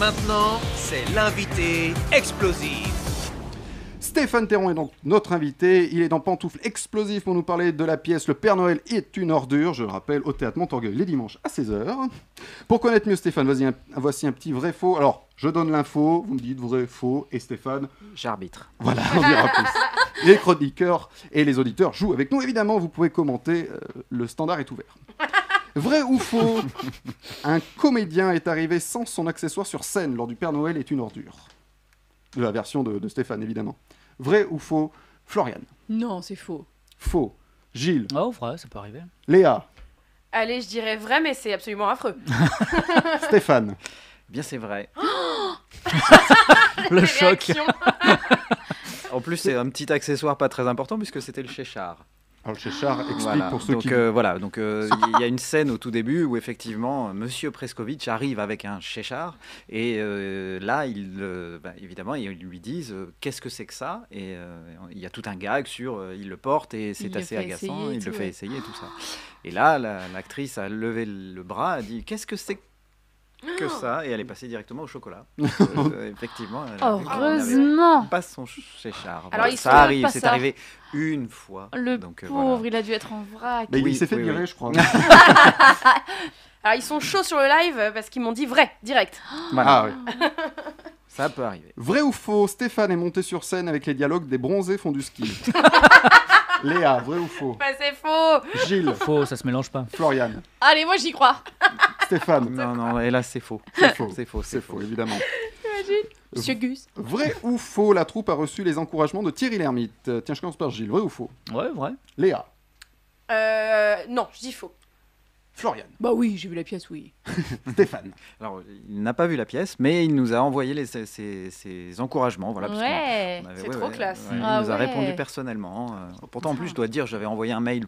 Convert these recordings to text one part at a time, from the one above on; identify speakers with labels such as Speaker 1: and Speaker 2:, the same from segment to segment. Speaker 1: Maintenant, c'est l'invité explosif.
Speaker 2: Stéphane Terron est donc notre invité. Il est dans Pantoufle Explosif pour nous parler de la pièce Le Père Noël est une ordure. Je le rappelle, au théâtre Montorgueil les dimanches à 16h. Pour connaître mieux Stéphane, voici un, voici un petit vrai-faux. Alors, je donne l'info, vous me dites vrai-faux, et Stéphane,
Speaker 3: J'arbitre.
Speaker 2: voilà, on dira plus. Les chroniqueurs et les auditeurs jouent avec nous. Évidemment, vous pouvez commenter, euh, le standard est ouvert. Vrai ou faux Un comédien est arrivé sans son accessoire sur scène lors du Père Noël est une ordure. De la version de, de Stéphane, évidemment. Vrai ou faux Florian.
Speaker 4: Non, c'est faux.
Speaker 2: Faux. Gilles.
Speaker 3: Oh, vrai, ça peut arriver.
Speaker 2: Léa.
Speaker 5: Allez, je dirais vrai, mais c'est absolument affreux.
Speaker 2: Stéphane.
Speaker 3: Bien, c'est vrai. le choc.
Speaker 5: Réaction.
Speaker 6: Ah, En plus, c'est un petit accessoire pas très important puisque c'était le chéchard.
Speaker 2: Alors, Oh, le Chéchard explique
Speaker 6: Voilà.
Speaker 2: pour ceux
Speaker 6: donc
Speaker 2: qui.
Speaker 6: euh, voilà, donc euh, il y a une scène au tout début où effectivement Monsieur Preskovitch arrive avec un chéchard et euh, là, il, euh, bah, évidemment, ils lui disent euh, qu'est-ce que c'est que ça et euh, il y a tout un gag sur euh, il le porte et
Speaker 4: Il
Speaker 6: c'est
Speaker 4: le
Speaker 6: assez
Speaker 4: fait
Speaker 6: agaçant,
Speaker 4: essayer et
Speaker 6: il le
Speaker 4: tout,
Speaker 6: fait
Speaker 4: ouais.
Speaker 6: essayer et tout ça. Et là, la- l'actrice a levé le bras, a dit qu'est-ce que c'est que ça et elle est passée directement au chocolat. Euh, effectivement. elle-
Speaker 4: Oh,
Speaker 6: elle n'avait
Speaker 4: Heureusement.
Speaker 6: pas son chéchard.
Speaker 5: Alors,
Speaker 6: Voilà,
Speaker 5: il se
Speaker 6: ça
Speaker 5: trouve
Speaker 6: arrive,
Speaker 4: pas
Speaker 6: c'est
Speaker 4: ça.
Speaker 6: arrivé une fois.
Speaker 4: Le
Speaker 6: Donc, euh,
Speaker 4: pauvre,
Speaker 6: voilà.
Speaker 4: il a dû être en vrac.
Speaker 2: Mais il
Speaker 6: oui,
Speaker 2: s'est fait
Speaker 6: oui,
Speaker 2: virer,
Speaker 6: oui. Ah,
Speaker 2: je crois.
Speaker 5: Alors, Ah, ils sont chauds sur le live euh, parce qu'ils m'ont dit vrai, direct.
Speaker 6: Voilà.
Speaker 2: ah, oui.
Speaker 6: Ça peut arriver.
Speaker 2: Vrai ou faux Stéphane est monté sur scène avec les dialogues des bronzés font du ski. Léa, vrai ou faux
Speaker 5: Bah, c'est faux
Speaker 2: Gilles.
Speaker 3: Faux, ça se mélange pas.
Speaker 2: Florian.
Speaker 4: Allez, moi j'y crois.
Speaker 2: Stéphane.
Speaker 6: Non, non, et là, c'est faux.
Speaker 2: C'est faux.
Speaker 6: C'est faux,
Speaker 2: C'est faux, évidemment.
Speaker 4: Monsieur Gus.
Speaker 2: Vrai ou faux La troupe a reçu les encouragements de Thierry Lhermitte. Euh, Tiens, je commence par Gilles. Vrai ou faux
Speaker 3: Ouais, vrai.
Speaker 2: Léa.
Speaker 5: Euh, non, je dis faux.
Speaker 2: Florian.
Speaker 4: Bah oui, j'ai vu la pièce, oui.
Speaker 2: Stéphane.
Speaker 6: Alors, il n'a pas vu la pièce, mais il nous a envoyé les, ses, ses- ses encouragements. Voilà, parce
Speaker 4: ouais.
Speaker 6: qu'on avait-
Speaker 5: C'est trop classe.
Speaker 6: il
Speaker 4: Ah
Speaker 6: nous a
Speaker 4: ouais.
Speaker 6: répondu personnellement. hein. Pourtant, en plus, je dois dire, j'avais envoyé un mail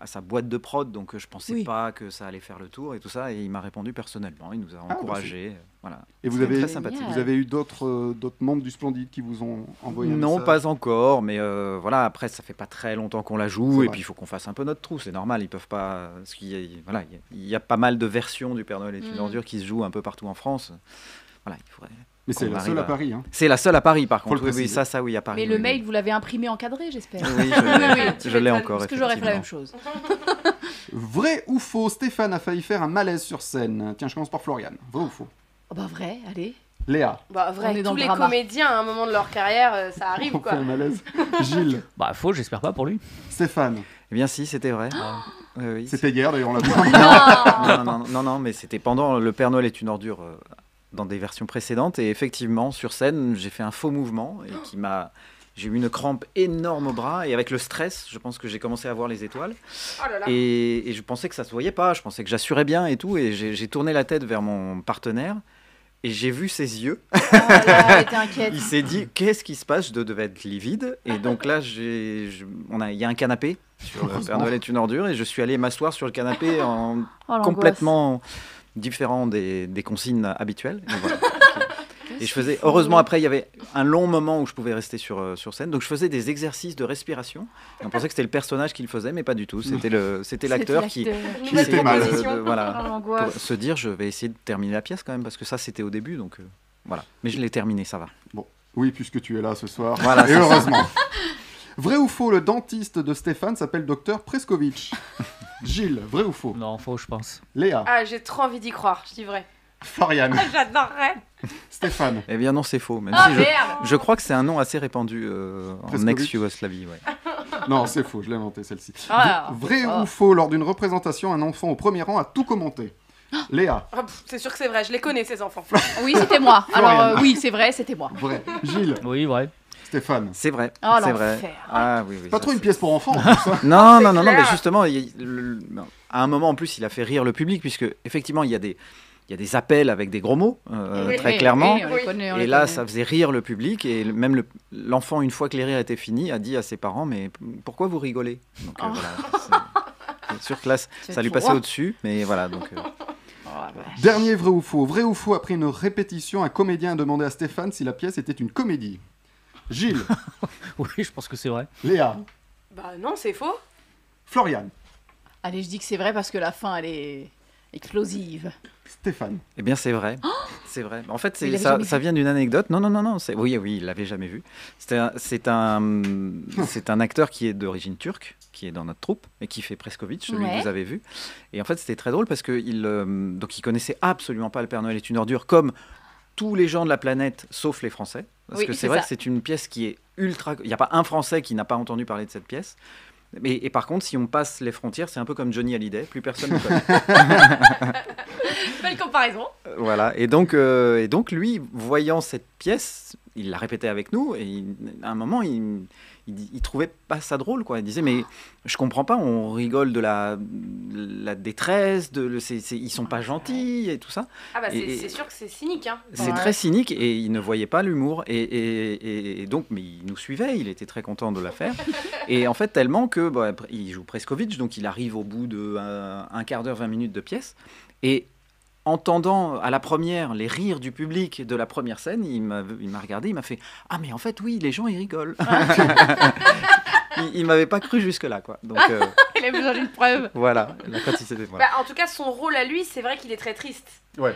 Speaker 6: à sa boîte de prod, donc euh, je pensais
Speaker 4: Oui.
Speaker 6: pas que ça allait faire le tour et tout ça, et il m'a répondu personnellement. Il nous a
Speaker 2: bah,
Speaker 6: encouragés. euh, voilà.
Speaker 2: Et vous
Speaker 6: C'était
Speaker 2: avez,
Speaker 6: très sympathique.
Speaker 2: vous avez eu d'autres euh, d'autres membres du Splendide qui vous ont envoyé un
Speaker 6: Non,
Speaker 2: message
Speaker 6: pas encore, mais euh, voilà, après, ça fait pas très longtemps qu'on la
Speaker 2: C'est
Speaker 6: joue, et
Speaker 2: vrai.
Speaker 6: puis il faut qu'on fasse un peu notre trou, c'est normal, ils peuvent pas. Parce qu'il y a, voilà, il y a- il y a pas mal de versions du Père Noël et une
Speaker 4: Mm.
Speaker 6: ordure qui se jouent un peu partout en France. Voilà, il faudrait-
Speaker 2: Mais c'est
Speaker 6: qu'on
Speaker 2: la seule
Speaker 6: arrive
Speaker 2: à
Speaker 6: à-
Speaker 2: Paris. hein.
Speaker 6: C'est la seule à Paris, par
Speaker 2: Faut le
Speaker 6: contre. Oui, oui,
Speaker 2: préciser.
Speaker 6: ça, ça, oui, à Paris.
Speaker 4: Mais
Speaker 6: Ah oui,
Speaker 4: le
Speaker 6: oui.
Speaker 4: mail, vous l'avez imprimé encadré, j'espère.
Speaker 6: Oui, je l'ai-
Speaker 5: tu
Speaker 6: je l'ai
Speaker 5: m'étonnes,
Speaker 6: encore.
Speaker 4: Parce que j'aurais fait la
Speaker 6: effectivement.
Speaker 4: même chose.
Speaker 2: Vrai ou faux Stéphane a failli faire un malaise sur scène. Tiens, je commence par Florian. Vrai ou faux
Speaker 4: Oh, bah vrai, allez.
Speaker 2: Léa.
Speaker 5: Bah, vrai,
Speaker 4: On est dans
Speaker 5: tous
Speaker 4: le
Speaker 5: les
Speaker 4: drama.
Speaker 5: comédiens, à un moment de leur carrière, euh, ça arrive,
Speaker 2: On fait
Speaker 5: quoi.
Speaker 2: un malaise. Gilles.
Speaker 3: Bah, faux, j'espère pas pour lui.
Speaker 2: Stéphane.
Speaker 6: Eh bien, si, c'était vrai.
Speaker 4: Ah
Speaker 6: Oui, oui,
Speaker 2: C'était hier d'ailleurs, on l'a vu.
Speaker 6: non, non, non, non, mais c'était pendant Le Père Noël est une ordure euh, dans des versions précédentes. Et effectivement, sur scène, j'ai fait un faux mouvement et qui m'a. J'ai eu une crampe énorme au bras et avec le stress, je pense que j'ai commencé à voir les étoiles.
Speaker 5: Oh là là.
Speaker 6: Et, et je pensais que ça se voyait pas, je pensais que j'assurais bien et tout. Et j'ai j'ai tourné la tête vers mon partenaire et j'ai vu ses yeux.
Speaker 4: Oh là, t'inquiète.
Speaker 6: Il s'est dit qu'est-ce qui se passe Je devais être livide. Et donc là, j'ai- je- on a- il y a un canapé sur Le Père Noël est une ordure et je suis allé m'asseoir sur le canapé en
Speaker 4: Oh, l'angoisse.
Speaker 6: complètement différent des, des consignes habituelles. Donc voilà. Et je faisais, heureusement, après, il y avait un long moment où je pouvais rester sur, euh, sur scène. Donc, je faisais des exercices de respiration. Et on pensait que c'était le personnage qui le faisait, mais pas du tout. C'était le- c'était l'acteur qui,
Speaker 4: C'était l'acteur.
Speaker 6: qui
Speaker 2: Il était
Speaker 6: essayait
Speaker 2: mal. euh,
Speaker 6: de- de-
Speaker 4: Oh,
Speaker 2: Ah.
Speaker 6: voilà, pour
Speaker 4: l'angoisse.
Speaker 6: se dire, je vais essayer de terminer la pièce quand même, parce que ça, c'était au début. Donc, euh, voilà. Mais je l'ai terminé, ça va.
Speaker 2: Oui, puisque tu es là ce soir.
Speaker 6: Voilà,
Speaker 2: Et
Speaker 6: c'est ça.
Speaker 2: heureusement. Vrai ou faux, le dentiste de Stéphane s'appelle Docteur Preskovitch. Gilles, vrai ou faux
Speaker 3: Non, faux, je pense.
Speaker 2: Léa,
Speaker 5: Ah, j'ai trop envie d'y croire, je dis vrai.
Speaker 2: Florian,
Speaker 5: Ah, J'adorerais.
Speaker 2: Stéphane.
Speaker 6: Eh bien, non, c'est faux. Même
Speaker 5: Ah,
Speaker 6: si je,
Speaker 5: merde
Speaker 6: je crois que c'est un nom assez répandu euh, en
Speaker 2: Presque
Speaker 6: ex-Yougoslavie. ouais.
Speaker 2: Non, c'est faux, je l'ai inventé celle-ci.
Speaker 5: Ah.
Speaker 2: Vrai
Speaker 4: Ah.
Speaker 2: ou faux, lors d'une représentation, un enfant au premier rang a tout commenté. Léa,
Speaker 5: Ah, pff, C'est sûr que c'est vrai, je les connais, ces enfants.
Speaker 4: Oui, c'était moi. Alors,
Speaker 2: Florian.
Speaker 4: euh, oui, c'est vrai, c'était moi.
Speaker 2: vrai. Gilles,
Speaker 3: Oui, vrai.
Speaker 2: Stéphane.
Speaker 6: C'est vrai.
Speaker 4: Oh,
Speaker 6: c'est vrai.
Speaker 4: l'enfer.
Speaker 6: Ah, oui, oui,
Speaker 2: Pas
Speaker 6: ça,
Speaker 2: trop une
Speaker 6: c'est-
Speaker 2: pièce pour enfants. en plus, hein.
Speaker 6: Non,
Speaker 5: Ah, C'est
Speaker 6: non, non, non, mais
Speaker 5: clair.
Speaker 6: justement, il- le- le- à un moment en plus, il a fait rire le public, puisque effectivement, il y a des, il y a des appels avec des gros mots, euh,
Speaker 5: Oui,
Speaker 6: très
Speaker 4: Oui,
Speaker 6: clairement.
Speaker 4: oui, on les connaît, on
Speaker 6: et
Speaker 4: les
Speaker 6: là,
Speaker 4: connaît.
Speaker 6: ça faisait rire le public, et le- même le- l'enfant, une fois que les rires étaient finis, a dit à ses parents Mais p- pourquoi vous rigolez Donc euh,
Speaker 4: Oh.
Speaker 6: voilà, c'est- c'est sûr que là, c-
Speaker 4: C'est
Speaker 6: ça lui
Speaker 4: trop
Speaker 6: passait
Speaker 4: roi.
Speaker 6: au-dessus, mais voilà. Donc, euh,
Speaker 4: Oh, la vache.
Speaker 2: Dernier vrai ou faux. Vrai ou faux, après une répétition, un comédien a demandé à Stéphane si la pièce était une comédie. Gilles,
Speaker 3: Oui, je pense que c'est vrai.
Speaker 2: Léa,
Speaker 5: Bah non, c'est faux.
Speaker 2: Florian,
Speaker 4: Allez, je dis que c'est vrai parce que la fin, elle est explosive.
Speaker 2: Stéphane.
Speaker 6: eh bien, c'est vrai. C'est vrai. En fait,
Speaker 4: Oh Il
Speaker 6: c'est,
Speaker 4: l'avait
Speaker 6: ça,
Speaker 4: jamais vu.
Speaker 6: ça vient d'une anecdote. Non, non, non, non. c'est- Oui, oui, il l'avait jamais vu. C'est un, c'est un, c'est un acteur qui est d'origine turque, qui est dans notre troupe et qui fait Preskovitch, celui
Speaker 4: Ouais.
Speaker 6: que vous avez vu. Et en fait, c'était très drôle parce que il, euh, donc, il connaissait absolument pas le Père Noël est une ordure, comme tous les gens de la planète, sauf les Français. Parce
Speaker 4: Oui,
Speaker 6: que c'est,
Speaker 4: c'est
Speaker 6: vrai
Speaker 4: ça.
Speaker 6: que c'est une pièce qui est ultra. Il n'y a pas un Français qui n'a pas entendu parler de cette pièce. Mais- Et, par contre, si on passe les frontières, c'est un peu comme Johnny Hallyday, plus personne ne connaît.
Speaker 5: Belle comparaison.
Speaker 6: Voilà, et donc, euh, et donc lui, voyant cette pièce, il l'a répétée avec nous, et il- à un moment, il, il, dit- il trouvait pas ça drôle, quoi. Il disait, mais je comprends pas, on rigole de la, la détresse, de, le- c'est- c'est- ils sont pas gentils, et tout ça.
Speaker 5: Ah bah c'est
Speaker 6: Et-
Speaker 5: c'est sûr que c'est cynique. Hein.
Speaker 6: C'est
Speaker 4: Ouais.
Speaker 6: très cynique, et il ne voyait pas l'humour, et, et- et- et donc, mais il nous suivait, il était très content de la faire. Et en fait, tellement que, bah, après, il joue Preskovitch, donc il arrive au bout de euh, un quart d'heure, 20 minutes de pièce, et entendant euh, à la première les rires du public de la première scène, il m'a il m'a regardé, il m'a fait Ah, mais en fait, oui, les gens, ils rigolent. il il m'avait pas cru jusque-là, quoi. Donc euh,
Speaker 4: Il a besoin d'une preuve.
Speaker 6: voilà, la quand il s'était- voilà.
Speaker 5: Bah, en tout cas, son rôle à lui, c'est vrai qu'il est très triste.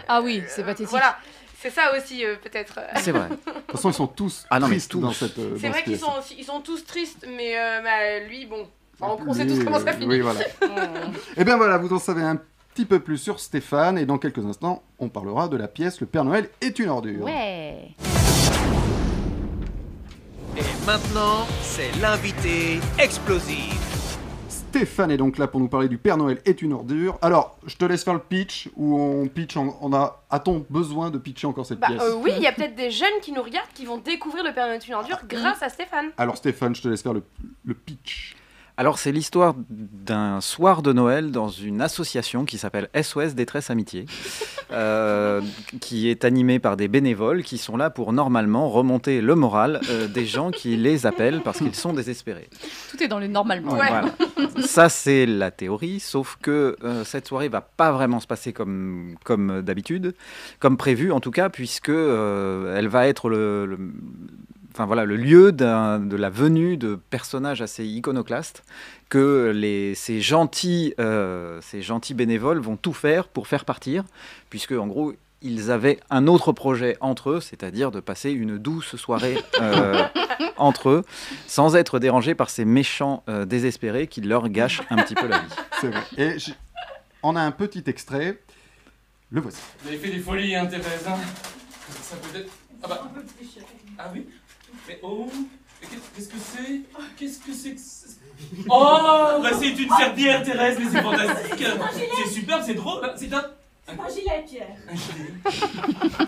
Speaker 4: Ah oui, c'est
Speaker 5: Euh,
Speaker 4: pathétique.
Speaker 5: Voilà, c'est ça aussi euh, peut-être.
Speaker 6: C'est vrai.
Speaker 2: toute façon, ils sont tous
Speaker 6: Ah non, mais
Speaker 2: tristes
Speaker 6: tous.
Speaker 2: dans cette. euh,
Speaker 5: C'est
Speaker 2: dans
Speaker 5: vrai
Speaker 2: cette
Speaker 5: qu'ils
Speaker 2: pièce.
Speaker 5: sont, ils sont tous tristes, mais euh, bah, lui, bon. Enfin, on- on sait
Speaker 2: Oui,
Speaker 5: tous comment ça
Speaker 2: euh,
Speaker 5: finit.
Speaker 2: Oui, voilà. Et bien voilà, vous en savez un petit peu plus sur Stéphane, et dans quelques instants, on parlera de la pièce Le Père Noël est une ordure.
Speaker 4: Ouais.
Speaker 1: Et maintenant, c'est l'invité explosif.
Speaker 2: Stéphane est donc là pour nous parler du Père Noël est une ordure. Alors, je te laisse faire le pitch, où on pitch, en- on a, a-t-on besoin de pitcher encore cette
Speaker 5: Bah
Speaker 2: pièce
Speaker 5: euh, oui, il y a peut-être des jeunes qui nous regardent qui vont découvrir le Père Noël est une ordure grâce à Stéphane.
Speaker 2: Alors Stéphane, je te laisse faire le, le pitch.
Speaker 6: Alors, c'est l'histoire d'un soir de Noël dans une association qui s'appelle SOS Détresse Amitié, euh, qui est animée par des bénévoles qui sont là pour normalement remonter le moral euh, des gens qui les appellent parce qu'ils sont désespérés.
Speaker 4: Tout est dans le normalement.
Speaker 5: Ouais.
Speaker 6: Voilà. Ça, c'est la théorie, sauf que euh, cette soirée va pas vraiment se passer comme, comme d'habitude, comme prévu en tout cas, puisque euh, elle va être le, le- enfin, voilà, le lieu d'un- de la venue de personnages assez iconoclastes, que les, ces, gentils, euh, ces gentils bénévoles vont tout faire pour faire partir, puisque en gros... Ils avaient un autre projet entre eux, c'est-à-dire de passer une douce soirée euh, entre eux sans être dérangé par ces méchants euh, désespérés qui leur gâchent un petit peu la vie.
Speaker 2: C'est vrai. Et j'ai- on a un petit extrait. Le voici.
Speaker 7: Vous avez fait des folies, hein, Thérèse hein Ça peut être... Ah bah... Ah oui Mais oh mais qu'est- Qu'est-ce que c'est Qu'est-ce que c'est que... ce- Oh Bah c'est une serpillère, Thérèse, mais c'est fantastique C'est superbe, c'est drôle, hein, c'est un...
Speaker 8: Un gilet, Pierre.
Speaker 7: un gilet.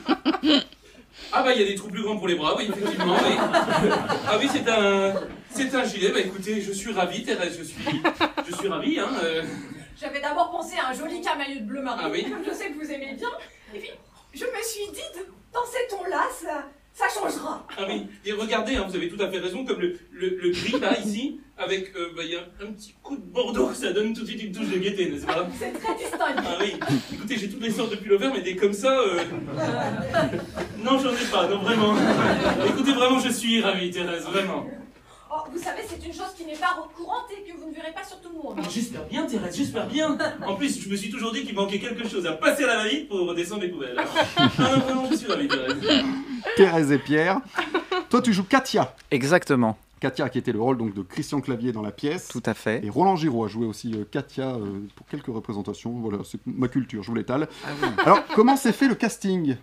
Speaker 7: Ah bah il y a des trous plus grands pour les bras, oui, effectivement, oui. Ah oui, c'est un... C'est un gilet, bah écoutez, je suis ravi, Thérèse, je suis... Je suis ravi, hein euh.
Speaker 8: J'avais d'abord pensé à un joli camailleux de bleu marin,
Speaker 7: Ah oui.
Speaker 8: comme je sais que vous aimez bien. Et puis, je me suis dit, de- dans ces tons-là, ça, ça changera.
Speaker 7: Ah oui, et regardez, hein, vous avez tout à fait raison, comme le, le, le gris là, ici, avec euh, bah, il y a un, un petit coup de bordeaux, ça donne tout de suite une touche de gaieté, n'est-ce pas
Speaker 8: C'est très distingué.
Speaker 7: Ah oui, écoutez, j'ai toutes les sortes de pullovers, mais des comme ça, euh, non, j'en ai pas, non, vraiment. Écoutez, vraiment, je suis ravi, Thérèse, vraiment.
Speaker 8: Oh, vous savez, c'est une chose qui n'est pas recourante et que vous ne verrez pas sur tout le monde.
Speaker 7: J'espère bien, Thérèse, j'espère bien. En plus, je me suis toujours dit qu'il manquait quelque chose à passer à la valise pour redescendre les poubelles. Ah non, vraiment, je suis ravi, Thérèse.
Speaker 2: Thérèse et Pierre. Toi, tu joues Katia.
Speaker 6: Exactement,
Speaker 2: Katia qui était le rôle donc de Christian Clavier dans la pièce.
Speaker 6: tout à fait.
Speaker 2: Et Roland Giraud a joué aussi euh, Katia euh, pour quelques représentations. Voilà, c'est ma culture, je vous l'étale.
Speaker 4: Ah
Speaker 2: Alors, comment s'est fait le casting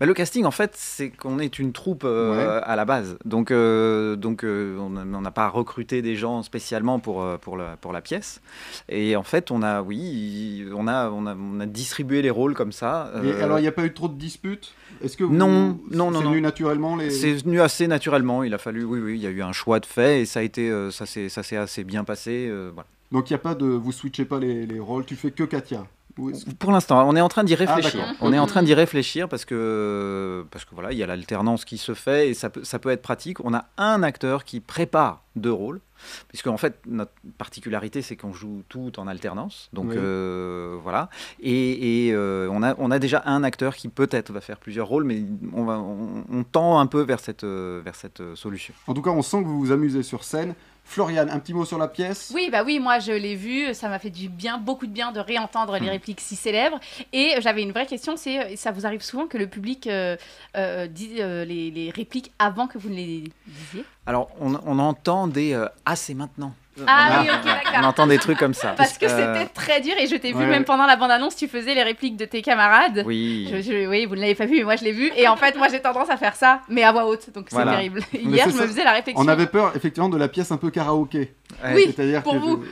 Speaker 6: Bah, le casting, en fait, c'est qu'on est une troupe euh, à la base. Donc, euh, donc euh, on n'a- on n'a pas recruté des gens spécialement pour, euh, pour, la, pour la pièce. Et en fait, on a, oui, on a, on a, on a distribué les rôles comme ça.
Speaker 2: Et
Speaker 6: euh,
Speaker 2: alors, il n'y a pas eu trop de disputes Est-ce que vous-
Speaker 6: Non, non, non,
Speaker 2: C'est
Speaker 6: non.
Speaker 2: venu naturellement les...
Speaker 6: C'est venu assez naturellement. Il a fallu, oui, oui, il y a eu un choix de fait et ça a été, euh, ça s'est, ça s'est assez bien passé. euh, voilà.
Speaker 2: Donc, il n'y a pas de... Vous switchez pas les, les rôles, tu fais que Katia Ou est-ce que-
Speaker 6: Pour l'instant, on est en train d'y réfléchir.
Speaker 2: Ah, d'accord.
Speaker 6: on est en train d'y réfléchir parce que parce que voilà, il y a l'alternance qui se fait et ça peut, ça peut être pratique. On a un acteur qui prépare deux rôles, puisque en fait notre particularité c'est qu'on joue tout en alternance. Donc
Speaker 2: Oui.
Speaker 6: euh, voilà, et, et, euh, on a on a déjà un acteur qui peut-être va faire plusieurs rôles, mais on va on, on tend un peu vers cette euh, vers cette euh, solution.
Speaker 2: En tout cas, on sent que vous vous amusez sur scène. Florian, un petit mot sur la pièce
Speaker 4: Oui, bah oui, moi je l'ai vu, ça m'a fait du bien, beaucoup de bien de réentendre les répliques si célèbres. Et j'avais une vraie question, c'est euh, ça vous arrive souvent que le public euh, euh, dise euh, les, les répliques avant que vous ne les disiez
Speaker 6: Alors, on, on entend des euh, Ah, c'est maintenant.
Speaker 4: Ah oui,
Speaker 6: On-
Speaker 4: ok,
Speaker 6: On
Speaker 4: d'accord.
Speaker 6: entend des trucs comme ça.
Speaker 4: Parce que
Speaker 6: Euh,
Speaker 4: c'était très dur et je t'ai vu
Speaker 2: ouais, ouais.
Speaker 4: même pendant la bande-annonce, tu faisais les répliques de tes camarades.
Speaker 6: Oui.
Speaker 4: Je- je- oui, vous ne l'avez pas vu, mais moi je l'ai vu. Et en fait, moi j'ai tendance à faire ça, mais à voix haute, donc c'est
Speaker 6: Voilà.
Speaker 4: terrible.
Speaker 2: Mais
Speaker 4: Hier,
Speaker 2: c'est
Speaker 4: je me
Speaker 2: ça.
Speaker 4: faisais la réflexion.
Speaker 2: On avait peur effectivement de la pièce un peu karaoké.
Speaker 6: Ouais.
Speaker 4: Oui,
Speaker 2: C'est-à-dire
Speaker 4: pour
Speaker 2: que-
Speaker 4: vous.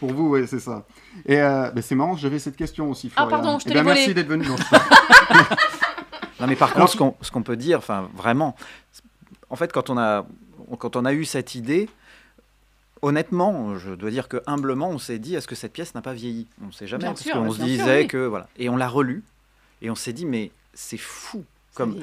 Speaker 2: Pour vous, oui, c'est ça. Et euh, ben, c'est marrant, j'avais cette question aussi,
Speaker 4: Ah,
Speaker 2: Florian.
Speaker 4: pardon, je te
Speaker 2: Eh ben,
Speaker 4: l'ai volée.
Speaker 2: Merci d'être venu. Non, je-
Speaker 6: Non, mais par
Speaker 2: Alors-
Speaker 6: contre, ce qu'on, ce qu'on peut dire, enfin, vraiment, en fait, quand on a, quand on a eu cette idée, honnêtement, je dois dire que humblement, on s'est dit, est-ce que cette pièce n'a pas vieilli On ne sait jamais,
Speaker 4: Bien
Speaker 6: parce
Speaker 4: sûr,
Speaker 6: qu'on
Speaker 4: bien
Speaker 6: se
Speaker 4: sûr,
Speaker 6: disait
Speaker 4: oui.
Speaker 6: que voilà, et on l'a relue, et on s'est dit, mais c'est fou. Comme,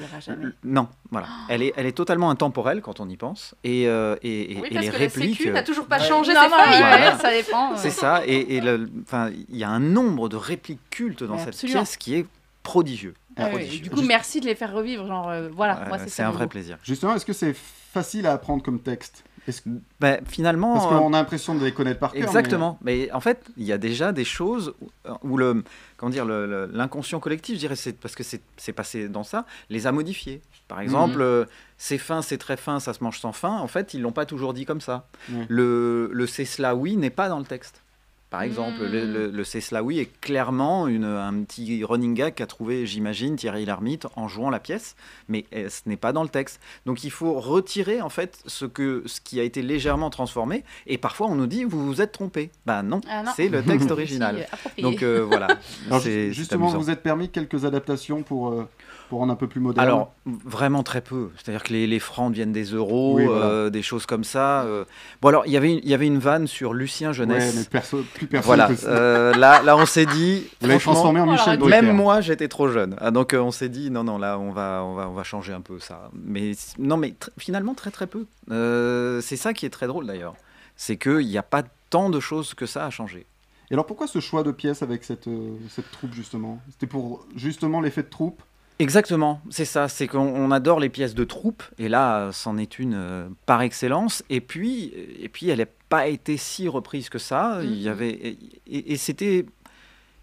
Speaker 6: non, voilà. Elle est, elle est totalement intemporelle quand on y pense. Et, euh, et, et-
Speaker 5: Oui,
Speaker 6: et
Speaker 5: parce
Speaker 6: les
Speaker 5: que la
Speaker 6: répliques. euh,
Speaker 5: sécu n'a toujours pas
Speaker 2: Ouais.
Speaker 5: changé
Speaker 4: Non,
Speaker 5: ses
Speaker 4: non,
Speaker 5: failles.
Speaker 4: ouais,
Speaker 6: Voilà.
Speaker 4: ça dépend.
Speaker 6: C'est ça. Et, et le- enfin, il y a un nombre de répliques cultes dans
Speaker 4: Mais
Speaker 6: cette
Speaker 4: absolument.
Speaker 6: pièce qui est prodigieux.
Speaker 4: Ah Ouais, ouais,
Speaker 6: prodigieux.
Speaker 4: du coup, merci de les faire revivre. Genre, euh, voilà,
Speaker 6: Euh,
Speaker 4: moi c'est
Speaker 6: c'est
Speaker 4: ça
Speaker 6: un
Speaker 4: mon
Speaker 6: vrai
Speaker 4: goût.
Speaker 6: plaisir.
Speaker 2: Justement, est-ce que c'est facile à apprendre comme texte Est-ce que-
Speaker 6: Ben, finalement.
Speaker 2: Parce
Speaker 6: euh,
Speaker 2: qu'on a l'impression de les connaître par cœur. mais- euh,
Speaker 6: Exactement. Mais... en fait, il y a déjà des choses où, où le, comment dire, le- le- l'inconscient collectif, je dirais, c'est parce que c'est c'est passé dans ça, les a modifiés.
Speaker 2: Mhm.
Speaker 6: Par exemple, euh, c'est fin, c'est très fin, ça se mange sans fin. En fait, ils l'ont pas toujours dit comme ça.
Speaker 2: Mhm.
Speaker 6: Le, le c'est cela oui n'est pas dans le texte. Par exemple, le,
Speaker 4: Mhm.
Speaker 6: le- le c'est cela oui est clairement une, un petit running gag qu'a trouvé, j'imagine, Thierry Lhermitte en jouant la pièce, mais euh, ce n'est pas dans le texte. Donc il faut retirer en fait ce, que, ce qui a été légèrement transformé, et parfois on nous dit vous vous êtes trompé. Ben non,
Speaker 4: Ah non.
Speaker 6: c'est le texte
Speaker 4: Si,
Speaker 6: original.
Speaker 4: euh, approprié.
Speaker 6: Donc euh, voilà,
Speaker 2: Alors, ju-
Speaker 6: c'est
Speaker 2: justement,
Speaker 6: justement
Speaker 2: vous êtes permis quelques adaptations pour, euh, pour rendre un peu plus moderne.
Speaker 6: alors, vraiment très peu. C'est-à-dire que les, les francs deviennent des euros,
Speaker 2: Oui, voilà.
Speaker 6: euh, des choses comme ça. euh. Bon, alors, il y avait une- il y avait une vanne sur Lucien
Speaker 2: Ouais,
Speaker 6: Jeunesse.
Speaker 2: mais perso- plus personne.
Speaker 6: Voilà,
Speaker 2: que ça.
Speaker 6: euh, là, là on s'est dit,
Speaker 2: Vous l'avez
Speaker 6: franchement,
Speaker 2: transformé en
Speaker 4: Voilà,
Speaker 2: Michel Drucker.
Speaker 6: même moi j'étais trop jeune. Ah, donc euh, on s'est dit, non, non, là on va, on, va, on va changer un peu ça. Mais c- non, mais tr- finalement très très peu. Euh, c'est ça qui est très drôle d'ailleurs. C'est qu'il n'y a pas tant de choses que ça à changer.
Speaker 2: Et alors, pourquoi ce choix de pièce avec cette, euh, cette troupe, justement C'était pour, justement, l'effet de troupe
Speaker 6: Exactement, c'est ça, c'est qu'on on adore les pièces de troupe, et là, euh, c'en est une euh, par excellence, et puis, et puis elle n'a pas été si reprise que ça, il y
Speaker 4: Mhm.
Speaker 6: avait, et, et- et c'était,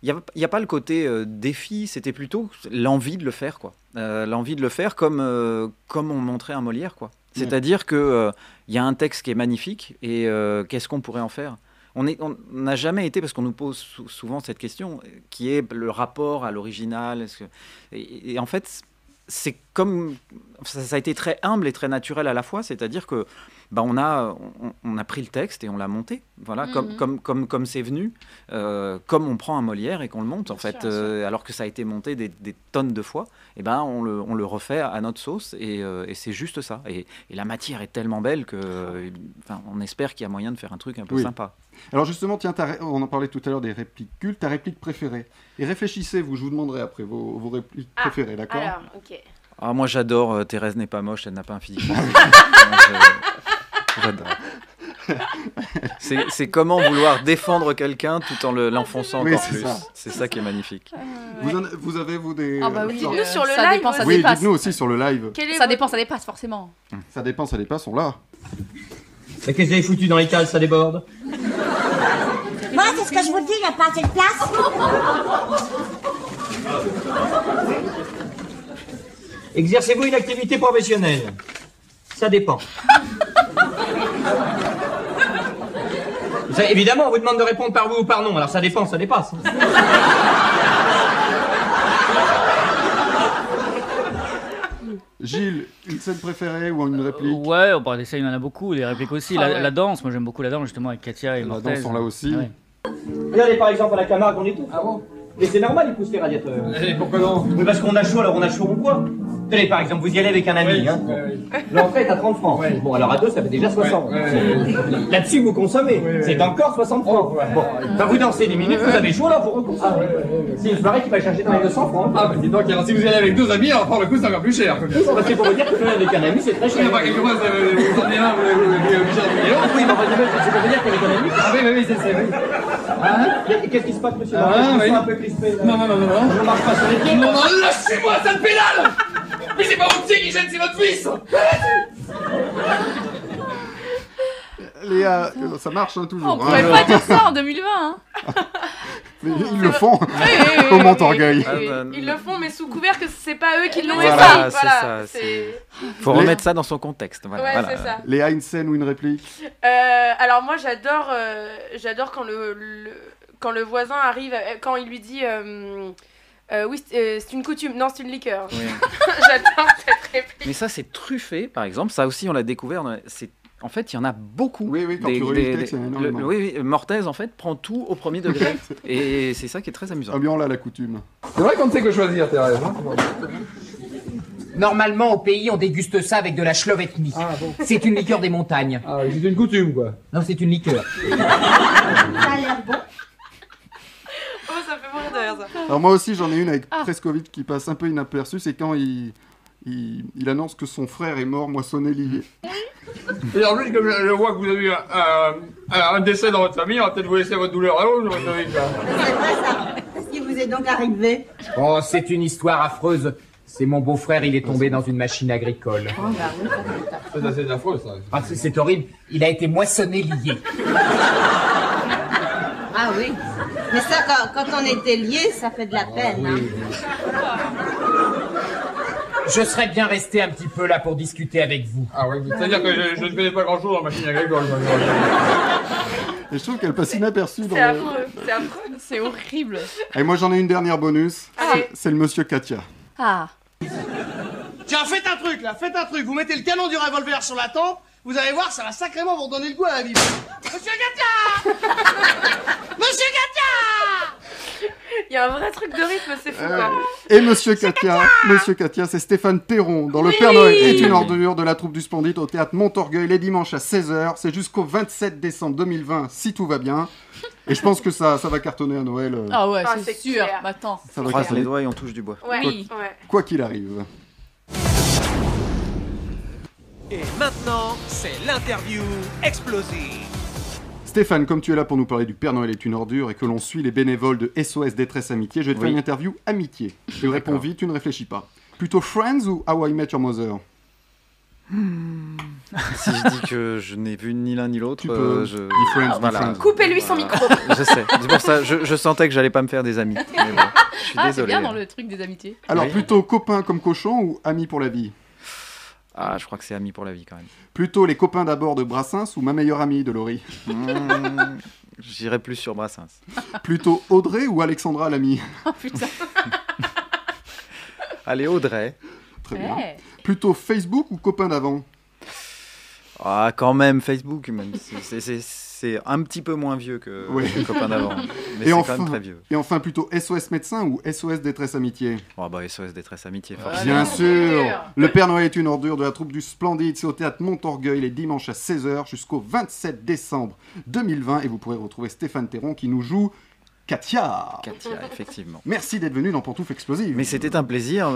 Speaker 6: il n'y a, il y a pas le côté euh, défi, c'était plutôt l'envie de le faire, quoi. Euh, l'envie de le faire comme, euh, comme on montrait un Molière, quoi. C'est-à-dire que euh, il y a un texte qui est magnifique, et euh, qu'est-ce qu'on pourrait en faire on est- on n'a jamais été, parce qu'on nous pose sou- souvent cette question, euh, qui est le rapport à l'original. est-ce que- Et, et en fait, c'est comme ça, ça a été très humble et très naturel à la fois, c'est-à-dire que bah, on a on, on a pris le texte et on l'a monté, voilà, comme
Speaker 4: Mhm.
Speaker 6: comme comme comme c'est venu, euh, comme on prend un Molière et qu'on le monte en
Speaker 4: Bien sûr,
Speaker 6: fait,
Speaker 4: bien sûr.
Speaker 6: euh, alors que ça a été monté des, des tonnes de fois, et ben on le on le refait à notre sauce et, euh, et c'est juste ça. Et, et la matière est tellement belle que euh, enfin, on espère qu'il y a moyen de faire un truc un peu
Speaker 2: Oui.
Speaker 6: sympa.
Speaker 2: Alors, justement, tiens, ta ré- on en parlait tout à l'heure des répliques cultes, ta réplique préférée. Et réfléchissez-vous, je vous demanderai après vos, vos répliques
Speaker 5: Ah,
Speaker 2: préférées, d'accord
Speaker 5: Alors, ok.
Speaker 6: Ah, moi j'adore euh, Thérèse n'est pas moche, elle n'a pas un physique. moche. Donc, je- J'adore. C'est c'est comment vouloir défendre quelqu'un tout en le- l'enfonçant
Speaker 2: Oui,
Speaker 6: encore
Speaker 2: c'est
Speaker 6: plus.
Speaker 2: ça.
Speaker 6: C'est ça qui est magnifique.
Speaker 2: vous, en- vous avez, vous, des...
Speaker 4: Ah bah oui,
Speaker 5: Dites-nous
Speaker 4: euh,
Speaker 5: sur le
Speaker 4: ça
Speaker 5: live
Speaker 4: Dépend, ça
Speaker 5: aussi.
Speaker 2: Oui,
Speaker 4: dépasse.
Speaker 2: dites-nous aussi sur le live.
Speaker 5: Quel est
Speaker 4: Ça
Speaker 5: votre-
Speaker 4: dépend, ça dépasse forcément.
Speaker 2: Ça dépend, ça dépasse, on l'a.
Speaker 9: Mais qu'est-ce que vous avez foutu dans les cases, ça déborde
Speaker 10: Moi, c'est ce que je vous dis, il n'y a pas assez de place.
Speaker 9: Exercez-vous une activité professionnelle Ça dépend. Vous savez, évidemment, on vous demande de répondre par oui ou par non, alors ça dépend, ça dépasse.
Speaker 2: Gilles, une scène préférée ou une
Speaker 3: Euh,
Speaker 2: réplique
Speaker 3: Ouais, on parlait de ça, il y en a beaucoup, les répliques aussi.
Speaker 4: Ah
Speaker 3: la,
Speaker 4: ouais.
Speaker 3: la danse, moi j'aime beaucoup la danse justement avec Katia et
Speaker 2: La
Speaker 3: Mortez.
Speaker 2: danse, on l'a aussi.
Speaker 6: Ah
Speaker 3: Ouais.
Speaker 9: Regardez par exemple à la Camargue, on est tous. Ah bon Mais c'est normal, ils poussent les radiateurs.
Speaker 7: Eh,
Speaker 9: pourquoi non Mais parce qu'on a chaud, alors on a chaud ou quoi Tenez, par exemple, vous y allez avec un ami, hein L'entrée est à 30 francs. Bon, alors à deux, ça fait déjà 60. Là-dessus, vous consommez. C'est encore 60 francs.
Speaker 7: Oh,
Speaker 9: Bon, Enfin, vous dansez 10 minutes, vous avez chaud, là, vous reconsommez. C'est une soirée qui va chercher dans les 200 francs.
Speaker 7: Ah, bah dis donc, alors si vous y allez avec deux amis, alors par le coup, ça va faire plus cher. Il
Speaker 9: Parce que pour vous dire que faire avec un ami, c'est très
Speaker 7: n'y
Speaker 9: cher.
Speaker 7: a pas quelques mois, vous avez- vous en avez un, vous l'avez- vous l'avez obligé d'en payer l'autre.
Speaker 9: Oui, mais enfin, c'est pour vous dire qu'avec un ami.
Speaker 7: Ah, oui, oui, oui, c'est c'est- oui. Hein
Speaker 9: Mais Qu'est-ce qui se passe, monsieur
Speaker 7: Ah,
Speaker 9: Barret Je me
Speaker 7: oui.
Speaker 9: sens un peu crispé. là.
Speaker 7: Non, non, non, non, non.
Speaker 9: Je marche pas sur les pieds.
Speaker 7: Non, non, lâchez-moi, ça me pédale Mais c'est pas votre pied qui gêne, c'est votre fils
Speaker 2: Euh, Léa, euh, ça marche hein, toujours.
Speaker 4: On pourrait pas dire ça en 2020. hein.
Speaker 2: Mais ils le font.
Speaker 5: oui, oui,
Speaker 2: Comment Ah,
Speaker 5: oui,
Speaker 2: t'orgueilles
Speaker 5: Ah, bah, Ils le font, mais sous couvert que c'est pas eux qui l'ont
Speaker 6: Voilà,
Speaker 5: écrit.
Speaker 6: c'est
Speaker 5: Voilà,
Speaker 6: ça,
Speaker 5: c'est-
Speaker 6: Faut
Speaker 2: Les-
Speaker 6: remettre ça dans son contexte. Voilà,
Speaker 5: Ouais,
Speaker 6: voilà.
Speaker 5: c'est ça.
Speaker 2: Léa, une scène ou une réplique
Speaker 5: Euh, alors moi j'adore euh, j'adore quand le, le- quand le voisin arrive euh, quand il lui dit euh, euh, oui c'est euh, c'est une coutume non c'est une liqueur
Speaker 6: Oui.
Speaker 5: j'adore cette réplique
Speaker 6: Mais ça, c'est truffé, par exemple. Ça aussi, on l'a découvert. dans la- C'est en fait, il y en a beaucoup.
Speaker 2: Oui, oui, quand tu relis le texte, il y en a
Speaker 6: le-
Speaker 2: énormément.
Speaker 6: oui, oui, Mortaise, en fait, prend tout au premier degré. et c'est ça qui est très amusant.
Speaker 2: Ah bien, on l'a la coutume.
Speaker 9: C'est vrai qu'on ne sait que choisir, Thérèse.
Speaker 11: hein.
Speaker 12: Normalement, au pays, on déguste ça avec de la schlovetmie.
Speaker 11: Ah,
Speaker 12: C'est une liqueur des montagnes.
Speaker 7: Ah,
Speaker 12: c'est une coutume, quoi. Non, c'est une liqueur.
Speaker 5: oh ça fait mourir de rire ça
Speaker 2: Alors moi aussi j'en ai une avec
Speaker 5: Ah.
Speaker 2: Prescovic qui passe un peu inaperçue, c'est quand il, il, il annonce que son frère est mort moissonné lié.
Speaker 11: Et en plus, comme je, je vois que vous avez eu un, un- un décès dans votre famille, on va peut-être vous laisser votre douleur à l'autre, votre famille, quoi.
Speaker 10: Qu'est-ce qui vous est donc arrivé
Speaker 12: Oh, c'est une histoire affreuse. C'est mon beau-frère, il est tombé dans une machine agricole.
Speaker 11: Ah. C'est assez affreux, ça.
Speaker 12: Ah, c'est- c'est horrible. Il a été moissonné lié.
Speaker 10: Ah oui. Mais ça, quand, quand on était liés, ça fait de la peine.
Speaker 12: oui,
Speaker 10: hein.
Speaker 12: Je serais bien resté un petit peu là pour discuter avec vous.
Speaker 11: Ah oui, C'est-à-dire que je, je ne connais pas grand-chose en Oh, machine agricole. moi,
Speaker 2: Et je trouve qu'elle passe inaperçue dans
Speaker 5: c'est
Speaker 2: le...
Speaker 5: affreux c'est affreux c'est horrible
Speaker 2: Et moi j'en ai une dernière bonus,
Speaker 5: Allez.
Speaker 2: c'est le monsieur Katia.
Speaker 4: Ah.
Speaker 13: Tiens, faites un truc là, faites un truc. Vous mettez le canon du revolver sur la tempe, vous allez voir, ça va sacrément vous donner le goût à la vie. Monsieur Gatia Monsieur Gatia
Speaker 5: il y a un vrai truc de rythme c'est fou
Speaker 2: Euh,
Speaker 5: quoi
Speaker 2: Et monsieur Katia, monsieur Katia, c'est Stéphane Perron dans Le
Speaker 5: Oui
Speaker 2: Père Noël est une ordure de la troupe du Splendide au théâtre Montorgueil les dimanches à 16h, c'est jusqu'au 27 décembre 2020 si tout va bien. Et je pense que ça, ça va cartonner à Noël. euh,
Speaker 4: Ah ouais,
Speaker 5: Ah,
Speaker 4: c'est
Speaker 5: c'est
Speaker 4: sûr.
Speaker 5: clair.
Speaker 4: Bah, attends.
Speaker 2: ça
Speaker 6: On
Speaker 2: va
Speaker 6: croise
Speaker 2: cartonner.
Speaker 6: les doigts et on touche du bois.
Speaker 5: ouais,
Speaker 2: Oui.
Speaker 5: ouais.
Speaker 2: Quoi qu'il arrive.
Speaker 1: Et maintenant, c'est l'interview explosive.
Speaker 2: Stéphane, comme tu es là pour nous parler du Père Noël est une ordure et que l'on suit les bénévoles de SOS Détresse Amitié, je vais te faire
Speaker 6: Oui.
Speaker 2: une interview amitié. Tu réponds vite, tu ne réfléchis pas. Plutôt Friends ou How I Met Your Mother
Speaker 6: si je dis que je n'ai vu ni l'un ni l'autre,
Speaker 2: Tu peux.
Speaker 6: euh, je.
Speaker 2: Dis Friends, dis Friends.
Speaker 5: Coupez-lui son micro.
Speaker 6: Je sais. C'est pour ça. Je, je sentais que j'allais pas me faire des amis. Mais bon, je suis
Speaker 4: Ah, c'est
Speaker 6: désolé.
Speaker 4: bien dans le truc des amitiés.
Speaker 2: Alors
Speaker 6: Oui.
Speaker 2: plutôt copain comme cochon ou ami pour la vie
Speaker 6: Ah, je crois que c'est amis pour la vie quand même.
Speaker 2: Plutôt les copains d'abord de Brassens ou ma meilleure amie de Laurie
Speaker 6: Mmh, J'irai plus sur Brassens.
Speaker 2: Plutôt Audrey ou Alexandra l'ami
Speaker 4: Oh putain.
Speaker 6: Allez, Audrey.
Speaker 2: Très bien. Plutôt Facebook ou copain d'avant
Speaker 6: Ah, quand même, Facebook, même. si c'est- c'est- C'est un petit peu moins vieux que
Speaker 2: Oui.
Speaker 6: que le copain d'avant.
Speaker 2: Et
Speaker 6: Mais c'est
Speaker 2: enfin,
Speaker 6: quand même très vieux.
Speaker 2: Et enfin plutôt SOS médecin ou SOS Détresse Amitié
Speaker 6: Oh, bah, SOS Détresse Amitié, forcément.
Speaker 2: Ah, Bien sûr Le Père Noël est une ordure de la troupe du Splendide, c'est au théâtre Montorgueil les dimanches à 16h jusqu'au 27 décembre 2020 et vous pourrez retrouver Stéphane Théron qui nous joue Katia
Speaker 6: Katia, effectivement.
Speaker 2: Merci d'être venu dans Pantouf Explosive
Speaker 6: Mais c'était un plaisir.